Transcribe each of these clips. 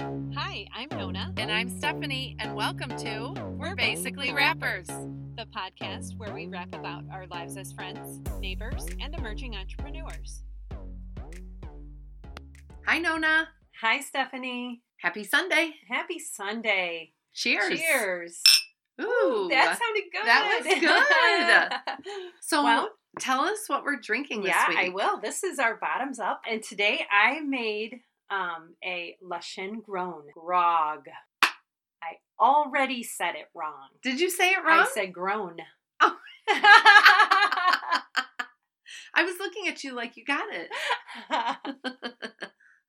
Hi, I'm Nona, And I'm Stephanie, and welcome to We're Basically Rappers. the podcast where we rap about our lives as friends, neighbors, and emerging entrepreneurs. Hi, Nona. Hi, Stephanie. Happy Sunday. Happy Sunday. Cheers. Cheers. Ooh. That sounded good. that was good. so well- tell us what we're drinking this yeah, week. I will. This is our bottoms up. And today I made um, a La Grown grog. I already said it wrong. Did you say it wrong? I said grown. Oh. I was looking at you like you got it.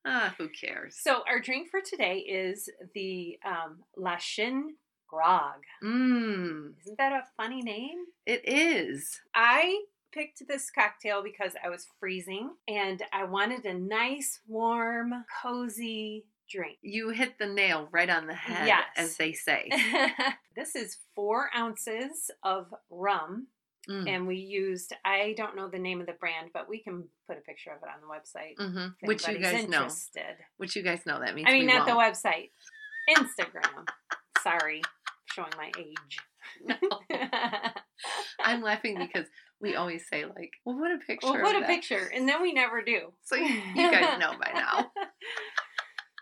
Ah, who cares? so our drink for today is the um, Lashin Grog. Mmm. Isn't that a funny name? It is. I picked this cocktail because I was freezing and I wanted a nice, warm, cozy drink. You hit the nail right on the head, Yes. as they say. this is four ounces of rum, Mm. and we used, I don't know the name of the brand, but we can put a picture of it on the website. Mhm. if Which you anybody's guys know. interested. Which you guys know that means. I mean, we not won't. the website, Instagram. Sorry, showing my age. I'm laughing because we always say like, "Well, what a picture." well, of what a that. picture, and then we never do. So you you guys know by now.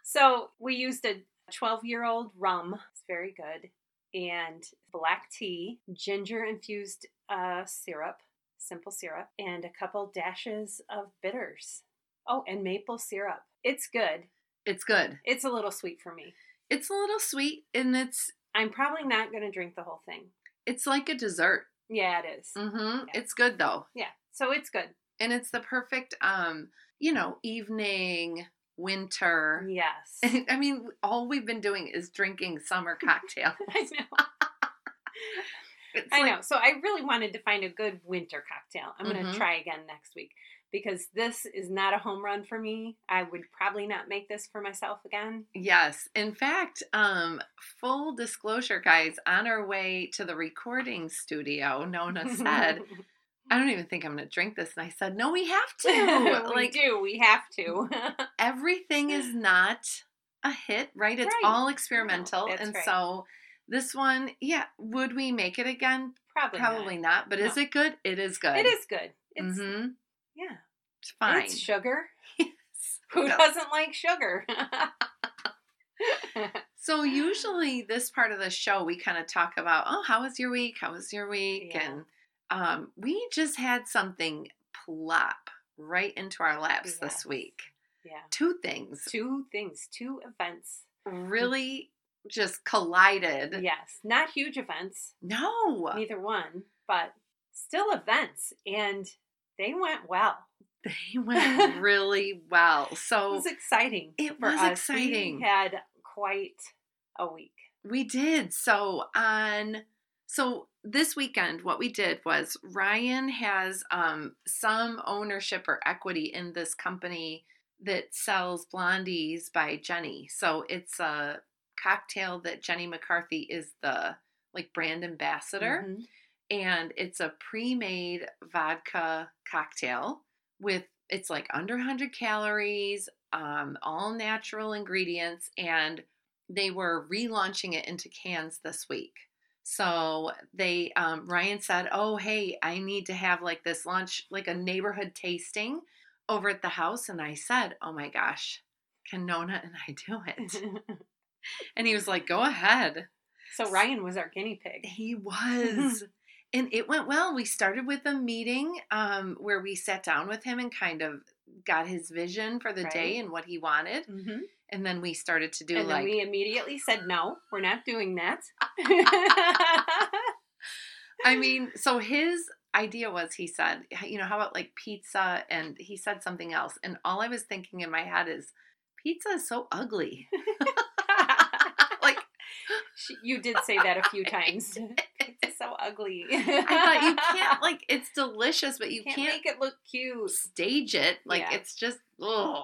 So we used a 12 year old rum. It's very good. And black tea, ginger infused uh, syrup, simple syrup, and a couple dashes of bitters. Oh, and maple syrup. It's good. It's good. It's a little sweet for me. It's a little sweet, and it's I'm probably not going to drink the whole thing. it's like a dessert. Yeah, it is. hmm Yeah. It's good though, Yeah. So it's good. and it's the perfect, um, you know, evening winter. Yes. I mean, all we've been doing is drinking summer cocktail. I know. It's I like- know. So I really wanted to find a good winter cocktail. I'm going to Mhm. try again next week because this is not a home run for me. I would probably not make this for myself again. Yes. In fact, um, full disclosure, guys, on our way to the recording studio, Nona said, I don't even think I'm going to drink this. And I said, No, we have to. we like, do. We have to. everything is not a hit, right? It's Right. all experimental. that's and right. so this one, yeah, would we make it again? probably. Probably not. But is No. it good? It is good. Not. It is good. It's hmm yeah. It's fine. It's sugar. Who Who does? doesn't like sugar? So usually this part of the show we kind of talk about, oh, how was your week? How was your week? Yeah. And um, we just had something plop right into our laps Yes. this week. yeah. Two things Two things, two events. really just collided. Yes. Not huge events. No, neither one, but still events, and they went well. they went really well. It So was exciting. it for was us. exciting. We had quite a week. We did. So on so this weekend what we did was Ryan has um some ownership or equity in this company that sells blondies by Jenny. So it's a cocktail that Jenny McCarthy is the like brand ambassador Mhm. and it's a pre-made vodka cocktail with it's like under 100 calories um, all natural ingredients and they were relaunching it into cans this week so they um, ryan said oh hey i need to have like this lunch like a neighborhood tasting over at the house and i said oh my gosh can nona and i do it and he was like go ahead Mm-hmm. so Ryan was our guinea pig. he Mm-hmm. was. and it went well. We started with a meeting um, where we sat down with him and kind of got his vision for the day Right. and what he wanted. And then we started to do Mm-hmm. And then like, we immediately said, "No, we're not doing that." I mean, so his idea was he said, you know, how about like pizza? And he said something else. And all I was thinking in my head is, pizza is so ugly. Like, She- you did say that a few times. it's so ugly. I I thought you can't, like, it's delicious, but you can't, can't make it look cute. stage it. Like Yeah. it's just ugh.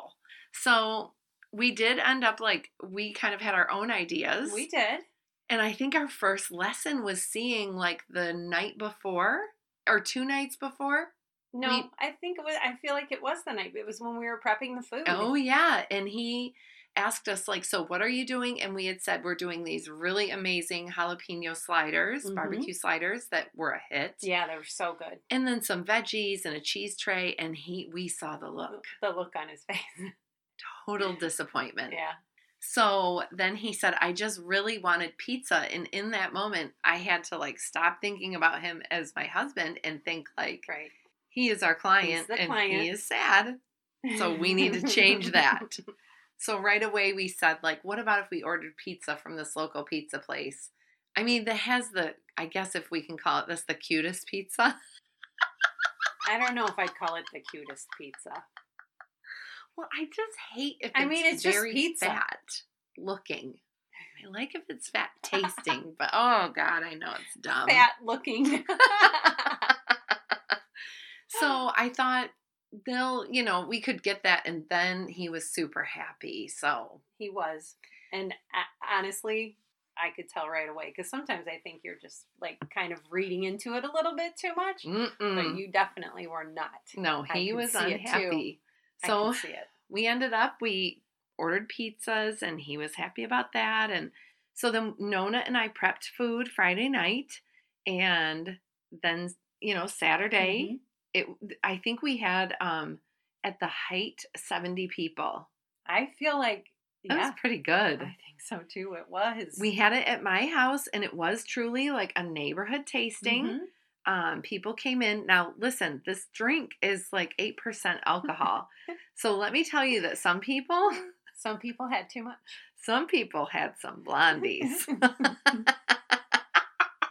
So we did end up like we kind of had our own ideas. We did. and I think our first lesson was seeing like the night before or two nights before. No, We- I think it was. I feel like it was the night. It was when we were prepping the food. Oh yeah. And he asked us like so what are you doing and we had said we're doing these really amazing jalapeno sliders Mhm. barbecue sliders that were a hit Yeah, they were so good. and then some veggies and a cheese tray and he we saw the look The look on his face. total disappointment yeah. so then he said i just really wanted pizza and in that moment i had to like stop thinking about him as my husband and think like Right. he is our client the and client. he is sad So we need to change that. So right away we said like what about if we ordered pizza from this local pizza place? I mean that has the I guess if we can call it this the cutest pizza. I don't know if I'd call it the cutest pizza. Well, I just hate if I mean, it's just very pizza. fat looking. I like if it's fat tasting, but oh god, I know it's dumb. Fat looking. So I thought they'll, you know, we could get that and then he was super happy. So he was. And I, honestly, I could tell right away because sometimes I think you're just like kind of reading into it a little bit too much. But mm-mm. you definitely were not. no, I he can was see it too. unhappy. I So can see it. we ended up we ordered pizzas and he was happy about that and so then nona and i prepped food friday night and then you know Mm-hmm. saturday it i think we had um at the height 70 people I feel like, that yeah, was pretty good I think so too. It was. we had it at my house and it was truly like a neighborhood tasting Mhm. um, people came in. Now, listen, this drink is like 8% alcohol. so let me tell you that some people, Some people had too much. some people had some blondies.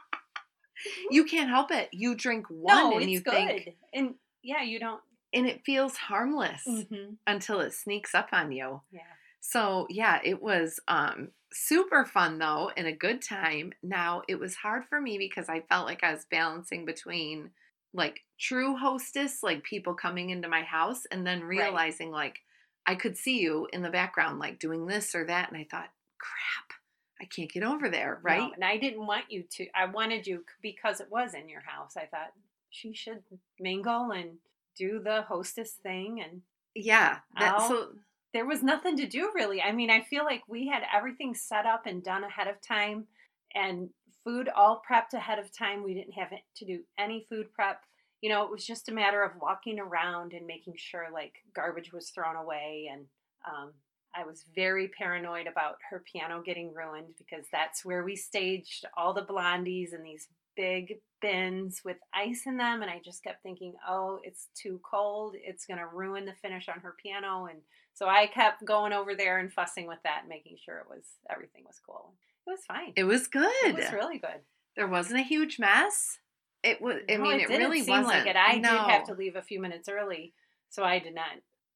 you can't help it. You drink one no, and it's you good. think, and yeah, you don't. and it feels harmless Mhm. until it sneaks up on you. Yeah. So, yeah, it was um, super fun though and a good time. Now, it was hard for me because I felt like I was balancing between like true hostess, like people coming into my house, and then realizing like I could see you in the background, like doing this or that. And I thought, crap, I can't get over there, No, right? and I didn't want you to. I wanted you c- because it was in your house. I thought she should mingle and do the hostess thing. And Yeah. That, I'll- so, there was nothing to do really. I mean, I feel like we had everything set up and done ahead of time and food all prepped ahead of time. We didn't have to do any food prep. You know, it was just a matter of walking around and making sure like garbage was thrown away. And um, I was very paranoid about her piano getting ruined because that's where we staged all the blondies in these big bins with ice in them. And I just kept thinking, oh, it's too cold. It's going to ruin the finish on her piano. And so I kept going over there and fussing with that, and making sure it was everything was cool. It was fine. it was good. It was really good. there wasn't a huge mess. It was, I No, mean, it, didn't really seem wasn't. like it. I no. did have to leave a few minutes early, so I did not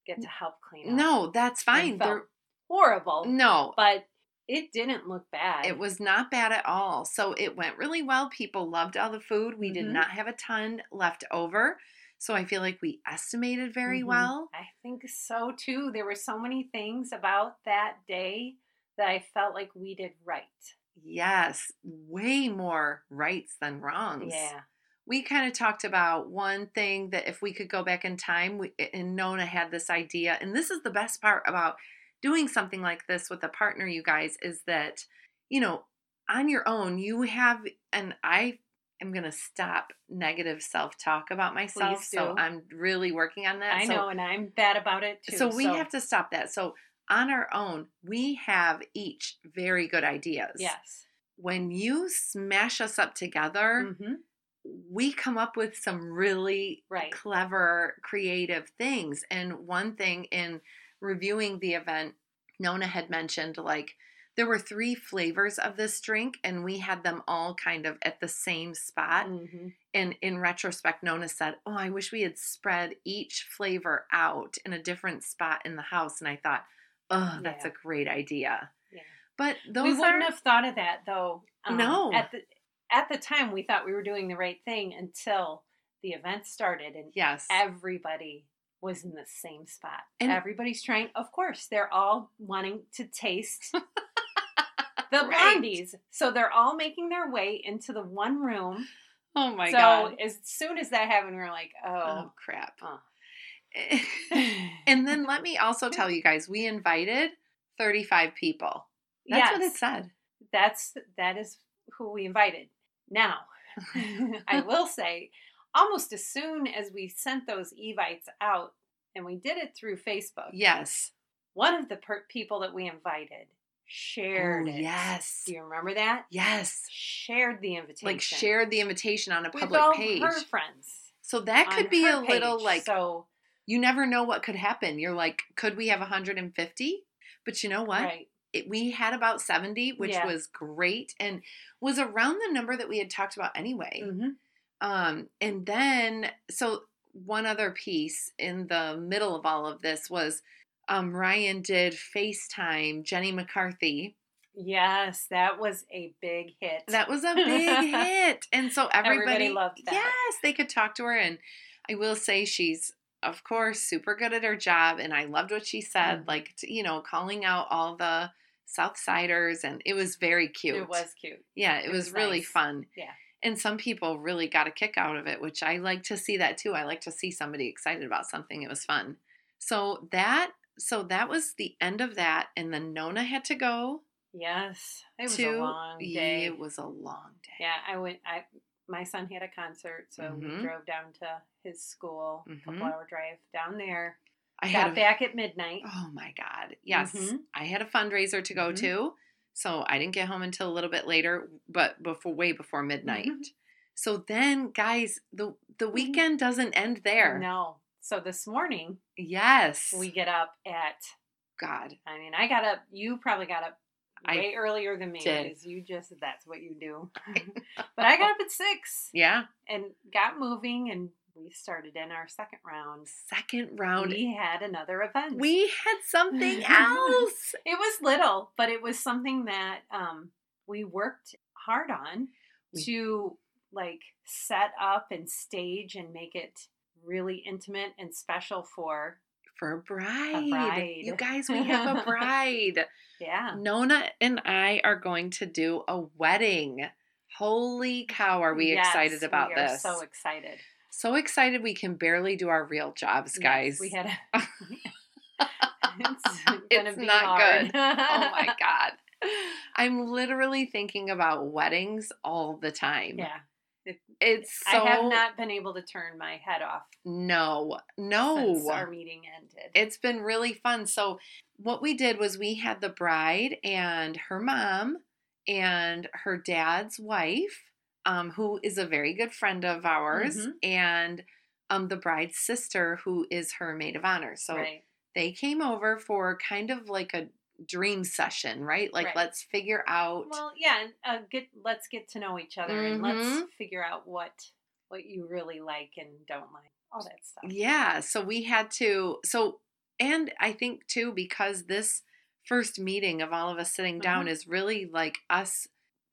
get to help clean up. No, that's I fine. felt There, horrible, no, but it didn't look bad. It was not bad at all. So it went really well. People loved all the food. We did Mhm. not have a ton left over. So I feel like we estimated very Mhm. well. I think so too. There were so many things about that day that I felt like we did right. Yes, way more rights than wrongs. Yeah. We kind of talked about one thing that if we could go back in time, we, and Nona had this idea, and this is the best part about doing something like this with a partner, you guys, is that, you know, on your own, you have, and I am going to stop negative self talk about myself. Please So do. I'm really working on that. I So know, and I'm bad about it too. so we have to stop that. So on our own, we have each very good ideas. Yes. When you smash us up together, Mm-hmm. we come up with some really Right. clever, creative things. And one thing in reviewing the event, Nona had mentioned like there were three flavors of this drink, and we had them all kind of at the same spot Mm-hmm. and in retrospect nona said oh i wish we had spread each flavor out in a different spot in the house and i thought oh that's Yeah. a great idea Yeah. but those we wouldn't are have thought of that though. um, No. At the at the time, we thought we were doing the right thing until the event started, and yes everybody was in the same spot. And- everybody's trying. Of course, they're all wanting to taste the Right. blondies, so they're all making their way into the one room. oh my so god as soon as that happened, we were like, oh oh. crap Oh. and then let me also tell you guys we invited 35 people. That's what it said. that's that is who we invited. Now, I will say, almost as soon as we sent those evites out, and we did it through Facebook. yes. one of the per- people that we invited shared Oh, it. yes. do you remember that? Yes. Shared the invitation. Like shared the invitation on a With public all page. Her friends. So that on could be a her little page. like so you never know what could happen. You're like, could we have 150? But you know what? right. It, we had about 70, which Yeah. was great and was around the number that we had talked about anyway. Mhm. Um, and then, so one other piece in the middle of all of this was um, Ryan did FaceTime Jenny McCarthy. Yes, that was a big hit. That was a big hit. And so everybody, Everybody loved that. Yes, they could talk to her. And I will say she's, of course, super good at her job. And I loved what she said, Mhm. like, t- you know, calling out all the South Siders. And it was very cute. It was cute. Yeah, it, It was, was really nice. fun. Yeah. And some people really got a kick out of it, which I like to see that too. I like to see somebody excited about something. It was fun. So that so that was the end of that and then Nona had to go Yes, it was to a long yeah, day. It was a long day. Yeah, I went. I my son had a concert, so Mhm. we drove down to his school, Mhm. couple hour drive down there. I had Got a, back at midnight. Oh my god. Yes. Mhm. I had a fundraiser to go Mhm. to. So I didn't get home until a little bit later, but before way before midnight. Mm-hmm. So then guys, the the weekend doesn't end there. No, so this morning Yes. we get up at god. I mean, I got up. You probably got up I way earlier than me did. because you just that's what you do. but I got up at six Yeah. and got moving, and we started in our second round. Second round. We had another event. We had something else. it was little, but it was something that um, we worked hard on We- to like set up and stage and make it really intimate and special for For a bride. bride. You guys, we have a bride. yeah Nona and I are going to do a wedding. Holy cow, are we Yes, excited about we are this? so excited So excited we can barely do our real jobs, Yes, guys. we had a. it's It's not good. oh my God. I'm literally thinking about weddings all the time. Yeah, It's so I have not been able to turn my head off no. No. since our meeting ended. Oh. it's been really fun. So what we did was we had the bride and her mom and her dad's wife, um, who is a very good friend of ours, Mhm. and um, the bride's sister, who is her maid of honor. So right. they came over for kind of like a dream session, right? Like Right. let's figure out. Well, yeah, and uh, get let's get to know each other and let's Mhm. figure out what what you really like and don't like, all that stuff. Yeah. So we had to, so, and I think too, because this first meeting of all of us sitting down Mhm. is really like us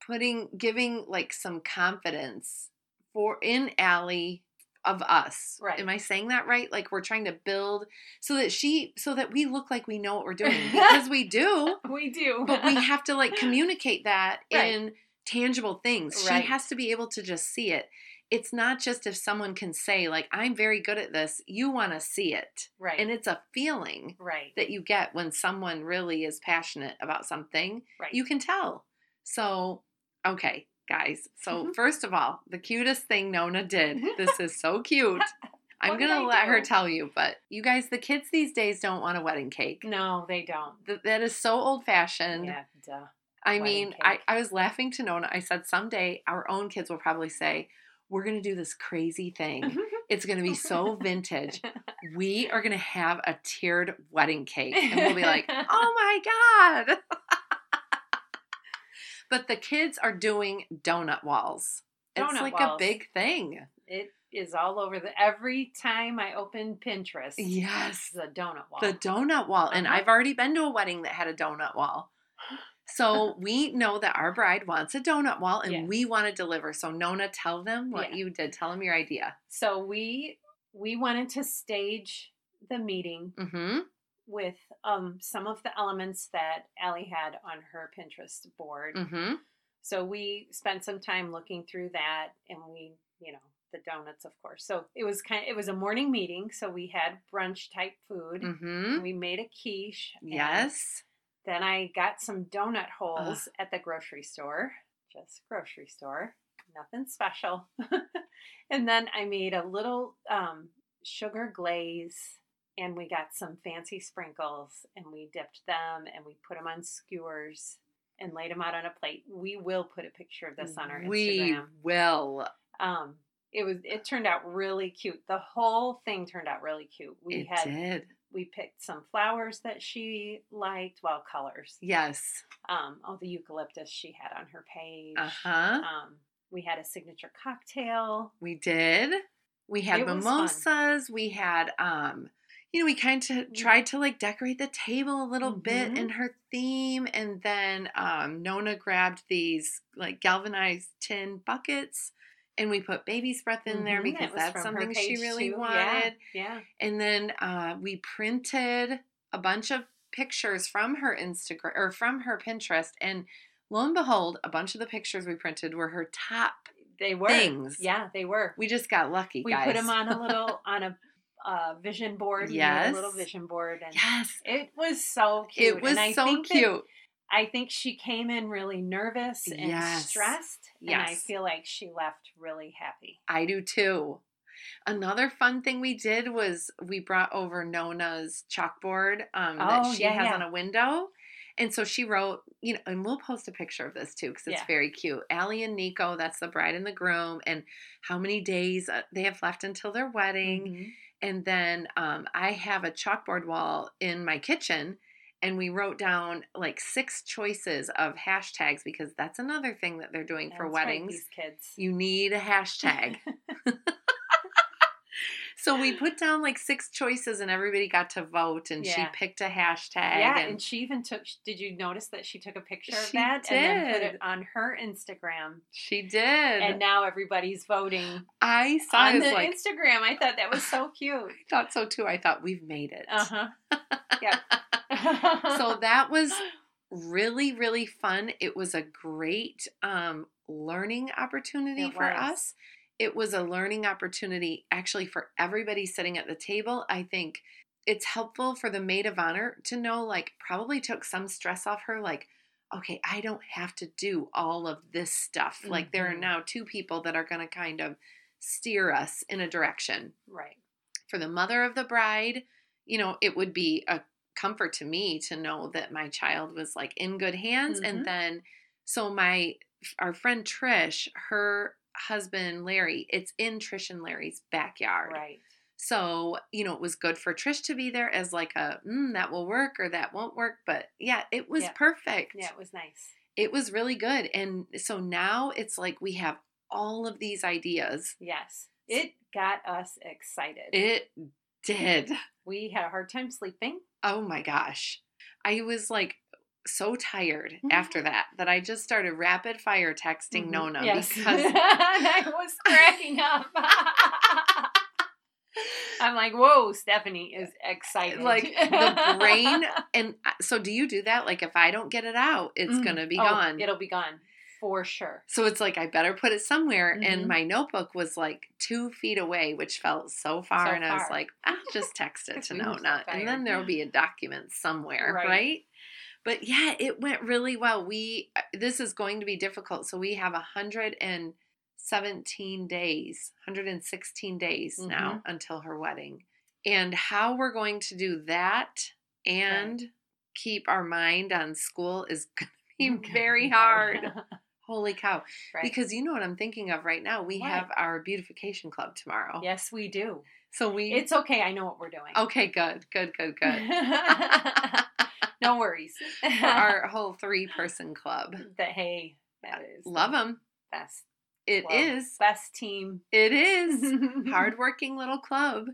putting, giving like some confidence for in Allie of us. Right. Am I saying that right? Like we're trying to build so that she, so that we look like we know what we're doing because we do, We do, but we have to like communicate that Right. in tangible things. Right. She has to be able to just see it. It's not just if someone can say like I'm very good at this, you want to see it. right, And it's a feeling right, that you get when someone really is passionate about something. right. You can tell. So, okay, guys. So, Mhm. first of all, the cutest thing Nona did. This is so cute. I'm What did going to I let her do? tell you, but you guys, the kids these days don't want a wedding cake. no, they don't. Th- that is so old fashioned. Mm. yeah, duh. I wedding mean, I, cake. I was laughing to Nona. I said, someday our own kids will probably say, We're going to do this crazy Mm-hmm. thing. It's going to be so vintage. We are going to have a tiered wedding cake. And we'll be like, Oh my God. but the kids are doing donut walls. it's Donut like a walls. big thing. It is all over the. Every time I open Pinterest, Yes. the donut wall. The donut wall. And Uh-huh. I've already been to a wedding that had a donut wall. So we know that our bride wants a donut wall and Yeah. we want to deliver. So Nona, tell them what Yeah. you did. Tell them your idea. so we we wanted to stage the meeting Mm-hmm. with um, some of the elements that Allie had on her Pinterest board. Mm-hmm. So we spent some time looking through that, and we, you know, the donuts, of course. So it was kind. It was a morning meeting, so we had brunch type food. Mm-hmm. We made a quiche. and Yes. Then I got some donut holes at the grocery store, just grocery store, nothing special. and then I made a little um, sugar glaze and we got some fancy sprinkles and we dipped them and we put them on skewers and laid them out on a plate. We will put a picture of this on our we Instagram. will. Um, it was it turned out really cute. The whole thing turned out really cute. We it had did. we picked some flowers that she liked, well colors. Yes. Um, all the eucalyptus she had on her page. Uh huh. Um, we had a signature cocktail. We did. We had It was fun. mimosas. We had um you know, we kind of Mm. tried to like decorate the table a little bit Mhm. in her theme and then um Nona grabbed these like galvanized tin buckets and we put baby's breath in there Mhm, Mm-hmm, because it was that's from her something she page really too. Yeah, wanted. Yeah. And then uh, we printed a bunch of pictures from her Instagram or from her Pinterest. And lo and behold, a bunch of the pictures we printed were her top. They were. Things. Yeah, they were. We just got lucky, we guys. put them on a little on a uh, vision board. We made Yes. a little vision board, and Yes. it was so cute. It was and I so think that- cute. I think she came in really nervous and Yes. stressed, and I Yes. feel like she left really happy. I do too. Another fun thing we did was we brought over Nona's chalkboard um, Oh, that she yeah, has yeah. on a window. And so she wrote, you know, and we'll post a picture of this too because it's Yeah. very cute. Allie and Nico, that's the bride and the groom, and how many days uh, they have left until their wedding. Mm-hmm. And then um, I have a chalkboard wall in my kitchen, and we wrote down like six choices of hashtags because that's another thing that they're doing That's for right, weddings. these kids. You need a hashtag. so we put down like six choices and everybody got to vote and she Yeah. picked a hashtag. Yeah, and and she even took. Did you notice that she took a picture of She that and then put did. it on her Instagram? she did. And now everybody's voting I saw on it the was like Instagram. I thought that was so cute. I thought so too. I thought we've made it. Uh huh. Yep. Uh-huh. So that was really, really fun. It was a great um, learning opportunity It for was. us. It was a learning opportunity actually for everybody sitting at the table. I think it's helpful for the maid of honor to know, like, probably took some stress off her, like, okay, I don't have to do all of this stuff. Like, there are Mhm. now two people that are going to kind of steer us in a direction right. for the mother of the bride, you know, it would be a comfort to me to know that my child was like in good hands. Mhm. And then, so my, our friend Trish, her husband Larry, it's in Trish and Larry's backyard. Right. So, you know, it was good for Trish to be there as like a, mm, that will work or that won't work. But yeah, it was Yeah. perfect Yeah, it was nice. it was really good. And so now it's like we have all of these ideas. Yes. It got us excited. It did. we had a hard time sleeping. Oh my gosh. I was like so tired after that that I just started rapid fire texting Mhm. Nona Yes. because And I was cracking up. I'm like, whoa, Stephanie is excited. like the brain and I- so do you do that like if I don't get it out it's Mm. going to be Oh, gone. It'll be gone for sure. So it's like I better put it somewhere Mhm. and my notebook was like 2 feet away which felt so far So and I was far. like I'll just text it to We were so Nona and then tired. there'll be a document somewhere, Right. right? But yeah, it went really well. We uh, this is going to be difficult. So we have 117 days, 116 days Mm-hmm. now until her wedding. And how we're going to do that and keep our mind on school is going to be very hard. Holy cow. right. Because you know what I'm thinking of right now? We What? have our beautification club tomorrow. yes, we do. So we It's okay. I know what we're doing. Okay, good. Good, good, good. no worries. For our whole three person club. that hey, that is Love them. best. It club, is. best team. It is. Hardworking little club.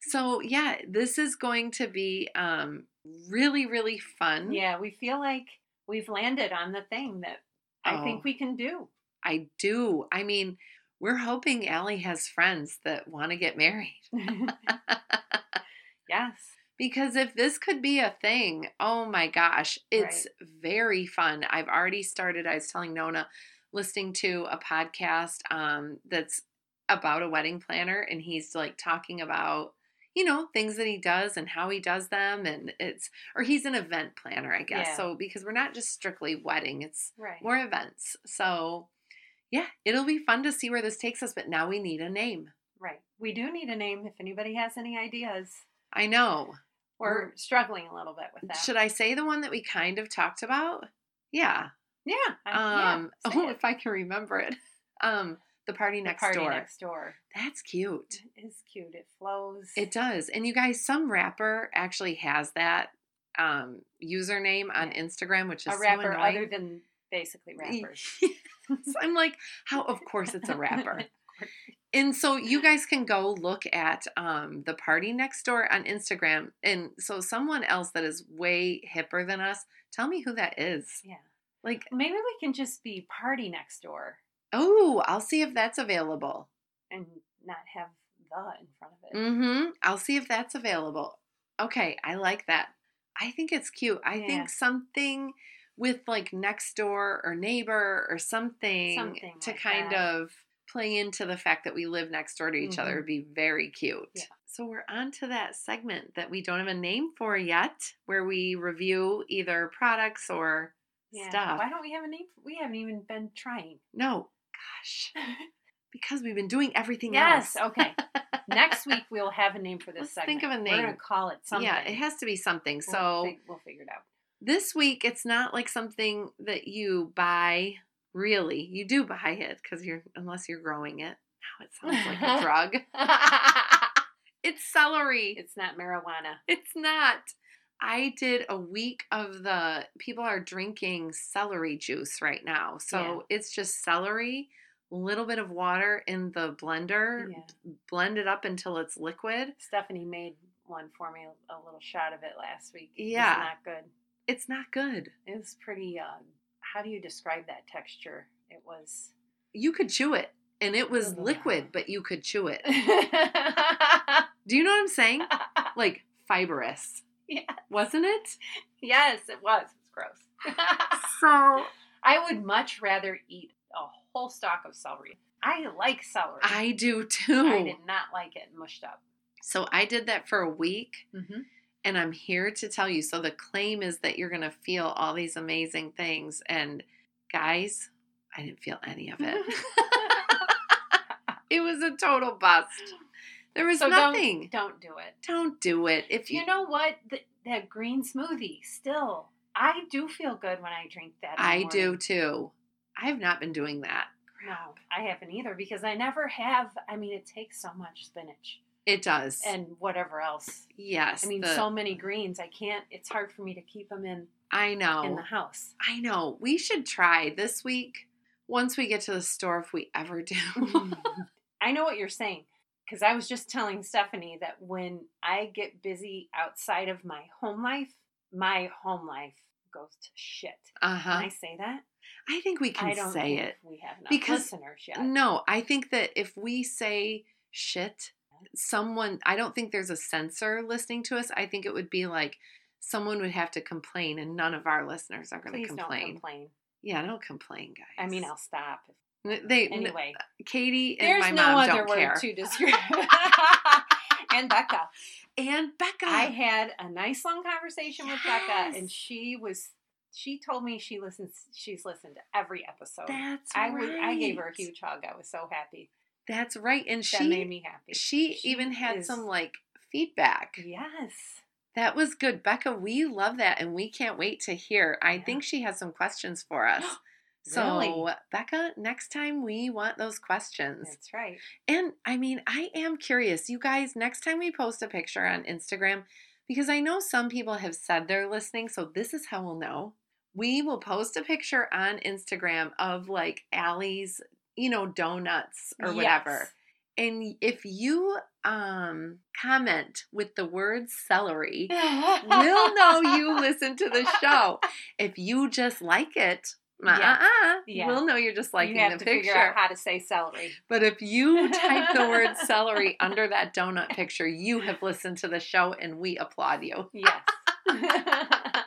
So yeah, this is going to be um really, really fun. yeah, we feel like we've landed on the thing that I Oh. think we can do. I do. I mean, we're hoping Allie has friends that want to get married. yes. Because if this could be a thing, oh my gosh, it's very fun. I've already started, I was telling Nona, listening to a podcast um, that's about a wedding planner, and he's like talking about you know things that he does and how he does them and it's or he's an event planner i guess Yeah. so because we're not just strictly wedding it's Right. more events so yeah it'll be fun to see where this takes us but now we need a name Right. We do need a name if anybody has any ideas. i know We're struggling a little bit with that. should i say the one that we kind of talked about yeah yeah. I, um Uh, yeah, say oh it. if i can remember it um the party The next party door next door. that's cute It is cute. It flows. It does. And you guys, some rapper actually has that um, username on Yeah. Instagram, which is a so rapper annoying. other than basically rappers. Yes. I'm like, how? Of course, it's a rapper. And so you guys can go look at um, the party next door on Instagram. And so someone else that is way hipper than us, tell me who that is. Yeah. Like, Maybe we can just be party next door oh, I'll see if that's available. and not have the in front of it. Mm-hmm. I'll see if that's available. Okay, I like that. I think it's cute. I Yeah. think something with like next door or neighbor or something, Something to like kind that. of play into the fact that we live next door to each other Mhm. would be very cute. Yeah. So we're on to that segment that we don't have a name for yet, where we review either products or Yeah. stuff. Why don't we have a name? We haven't even been trying. No, gosh, because we've been doing everything yes. else. Okay. Next week we'll have a name for this Let's segment. think of a We're name. gonna call it something. Yeah, it has to be something. We'll So. fig- we'll figure it out. this week it's not like something that you buy really you do buy it because you're unless you're growing it now it sounds like a drug it's celery It's not marijuana. it's not i did a week of the people are drinking celery juice right now so it's just celery a little bit of water in the blender Yeah. blend it up until it's liquid Stephanie made one for me, a little shot of it last week. It was Yeah. not good. it's not good It was pretty. Uh, how do you describe that texture? It was. you could chew it and it was Ugh. liquid but you could chew it do you know what i'm saying like fibrous, Yeah. wasn't it? yes, it was. It's gross. So I would much rather eat a whole stalk of celery. I like celery. I do I too. did not like it mushed up. so I did that for a week, Mm-hmm. and I'm here to tell you. So the claim is that you're going to feel all these amazing things, and guys, I didn't feel any of it. it was a total bust. There was So don't- nothing. Don't do it. Don't, do it. If you, You know what? The, that green smoothie. Still, I do feel good when I drink that. in the I do morning. too. I have not been doing that. No, I haven't either because I never have. I mean, it takes so much spinach It does. and whatever else. yes, I mean, the- so many greens. I can't. It's hard for me to keep them in I know in the house. I know. We should try this week once we get to the store if we ever do. Mm-hmm. I know what you're saying because I was just telling Stephanie that when I get busy outside of my home life, my home life goes to shit. Can uh huh. I say that? I think we can I don't say think it. we have enough Because- listeners yet. No, I think that if we say shit, someone, I don't think there's a censor listening to us. I think it would be like someone would have to complain, and none of our listeners are going to Please complain. don't complain. Yeah, don't complain, guys. I mean, I'll stop. They, Anyway, Katie and there's my no mom other don't word care. to describe. and Becca, and Becca, I had a nice long conversation with Yes. Becca, and she was. She told me she listens. She's listened to every episode. that's I right. was. I gave her a huge hug. I was so happy. That's right, and she that made me happy. she, She even had is- some like feedback. Yes. That was good. Becca, we love that and we can't wait to hear. I Yeah. think she has some questions for us. So, Really? Becca, next time we want those questions. That's right. And I mean, I am curious. You guys, next time we post a picture on Instagram, because I know some people have said they're listening, so this is how we'll know. We will post a picture on Instagram of like Allie's, you know, donuts or whatever. Yes. And if you um, comment with the word celery, we'll know you listen to the show. If you just like it, Yeah. uh-uh, Yeah. we'll know you're just liking you have to the picture. figure out how to say celery. but if you type the word celery under that donut picture, you have listened to the show and we applaud you. Yes.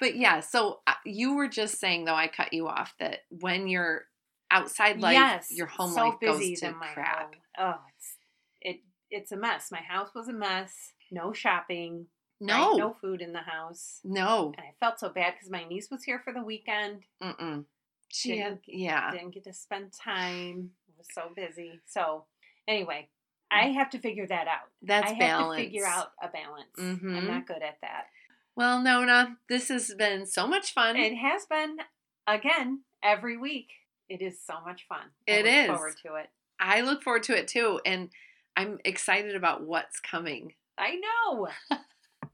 But yeah, so uh, you were just saying, though, I cut you off that when you're outside life, yes. your home so life busy goes to than my crap. home. Oh, it's, it it's a mess. My house was a mess. No shopping. No. right? No food in the house. No. And I felt so bad because my niece was here for the weekend. Mm-mm. She Didn't- had, yeah. Didn't get to spend time. I was so busy. So anyway, I have to figure that out. Mm. That's I have balance. to figure out a balance. Mhm. I'm not good at that. Well, Nona, this has been so much fun. It has been again every week. It is so much fun. I It look is. Forward to it. I look forward to it too. And I'm excited about what's coming. I know.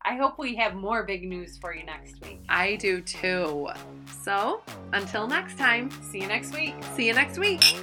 I hope we have more big news for you next week. I do too. So until next time, See you next week. see you next week.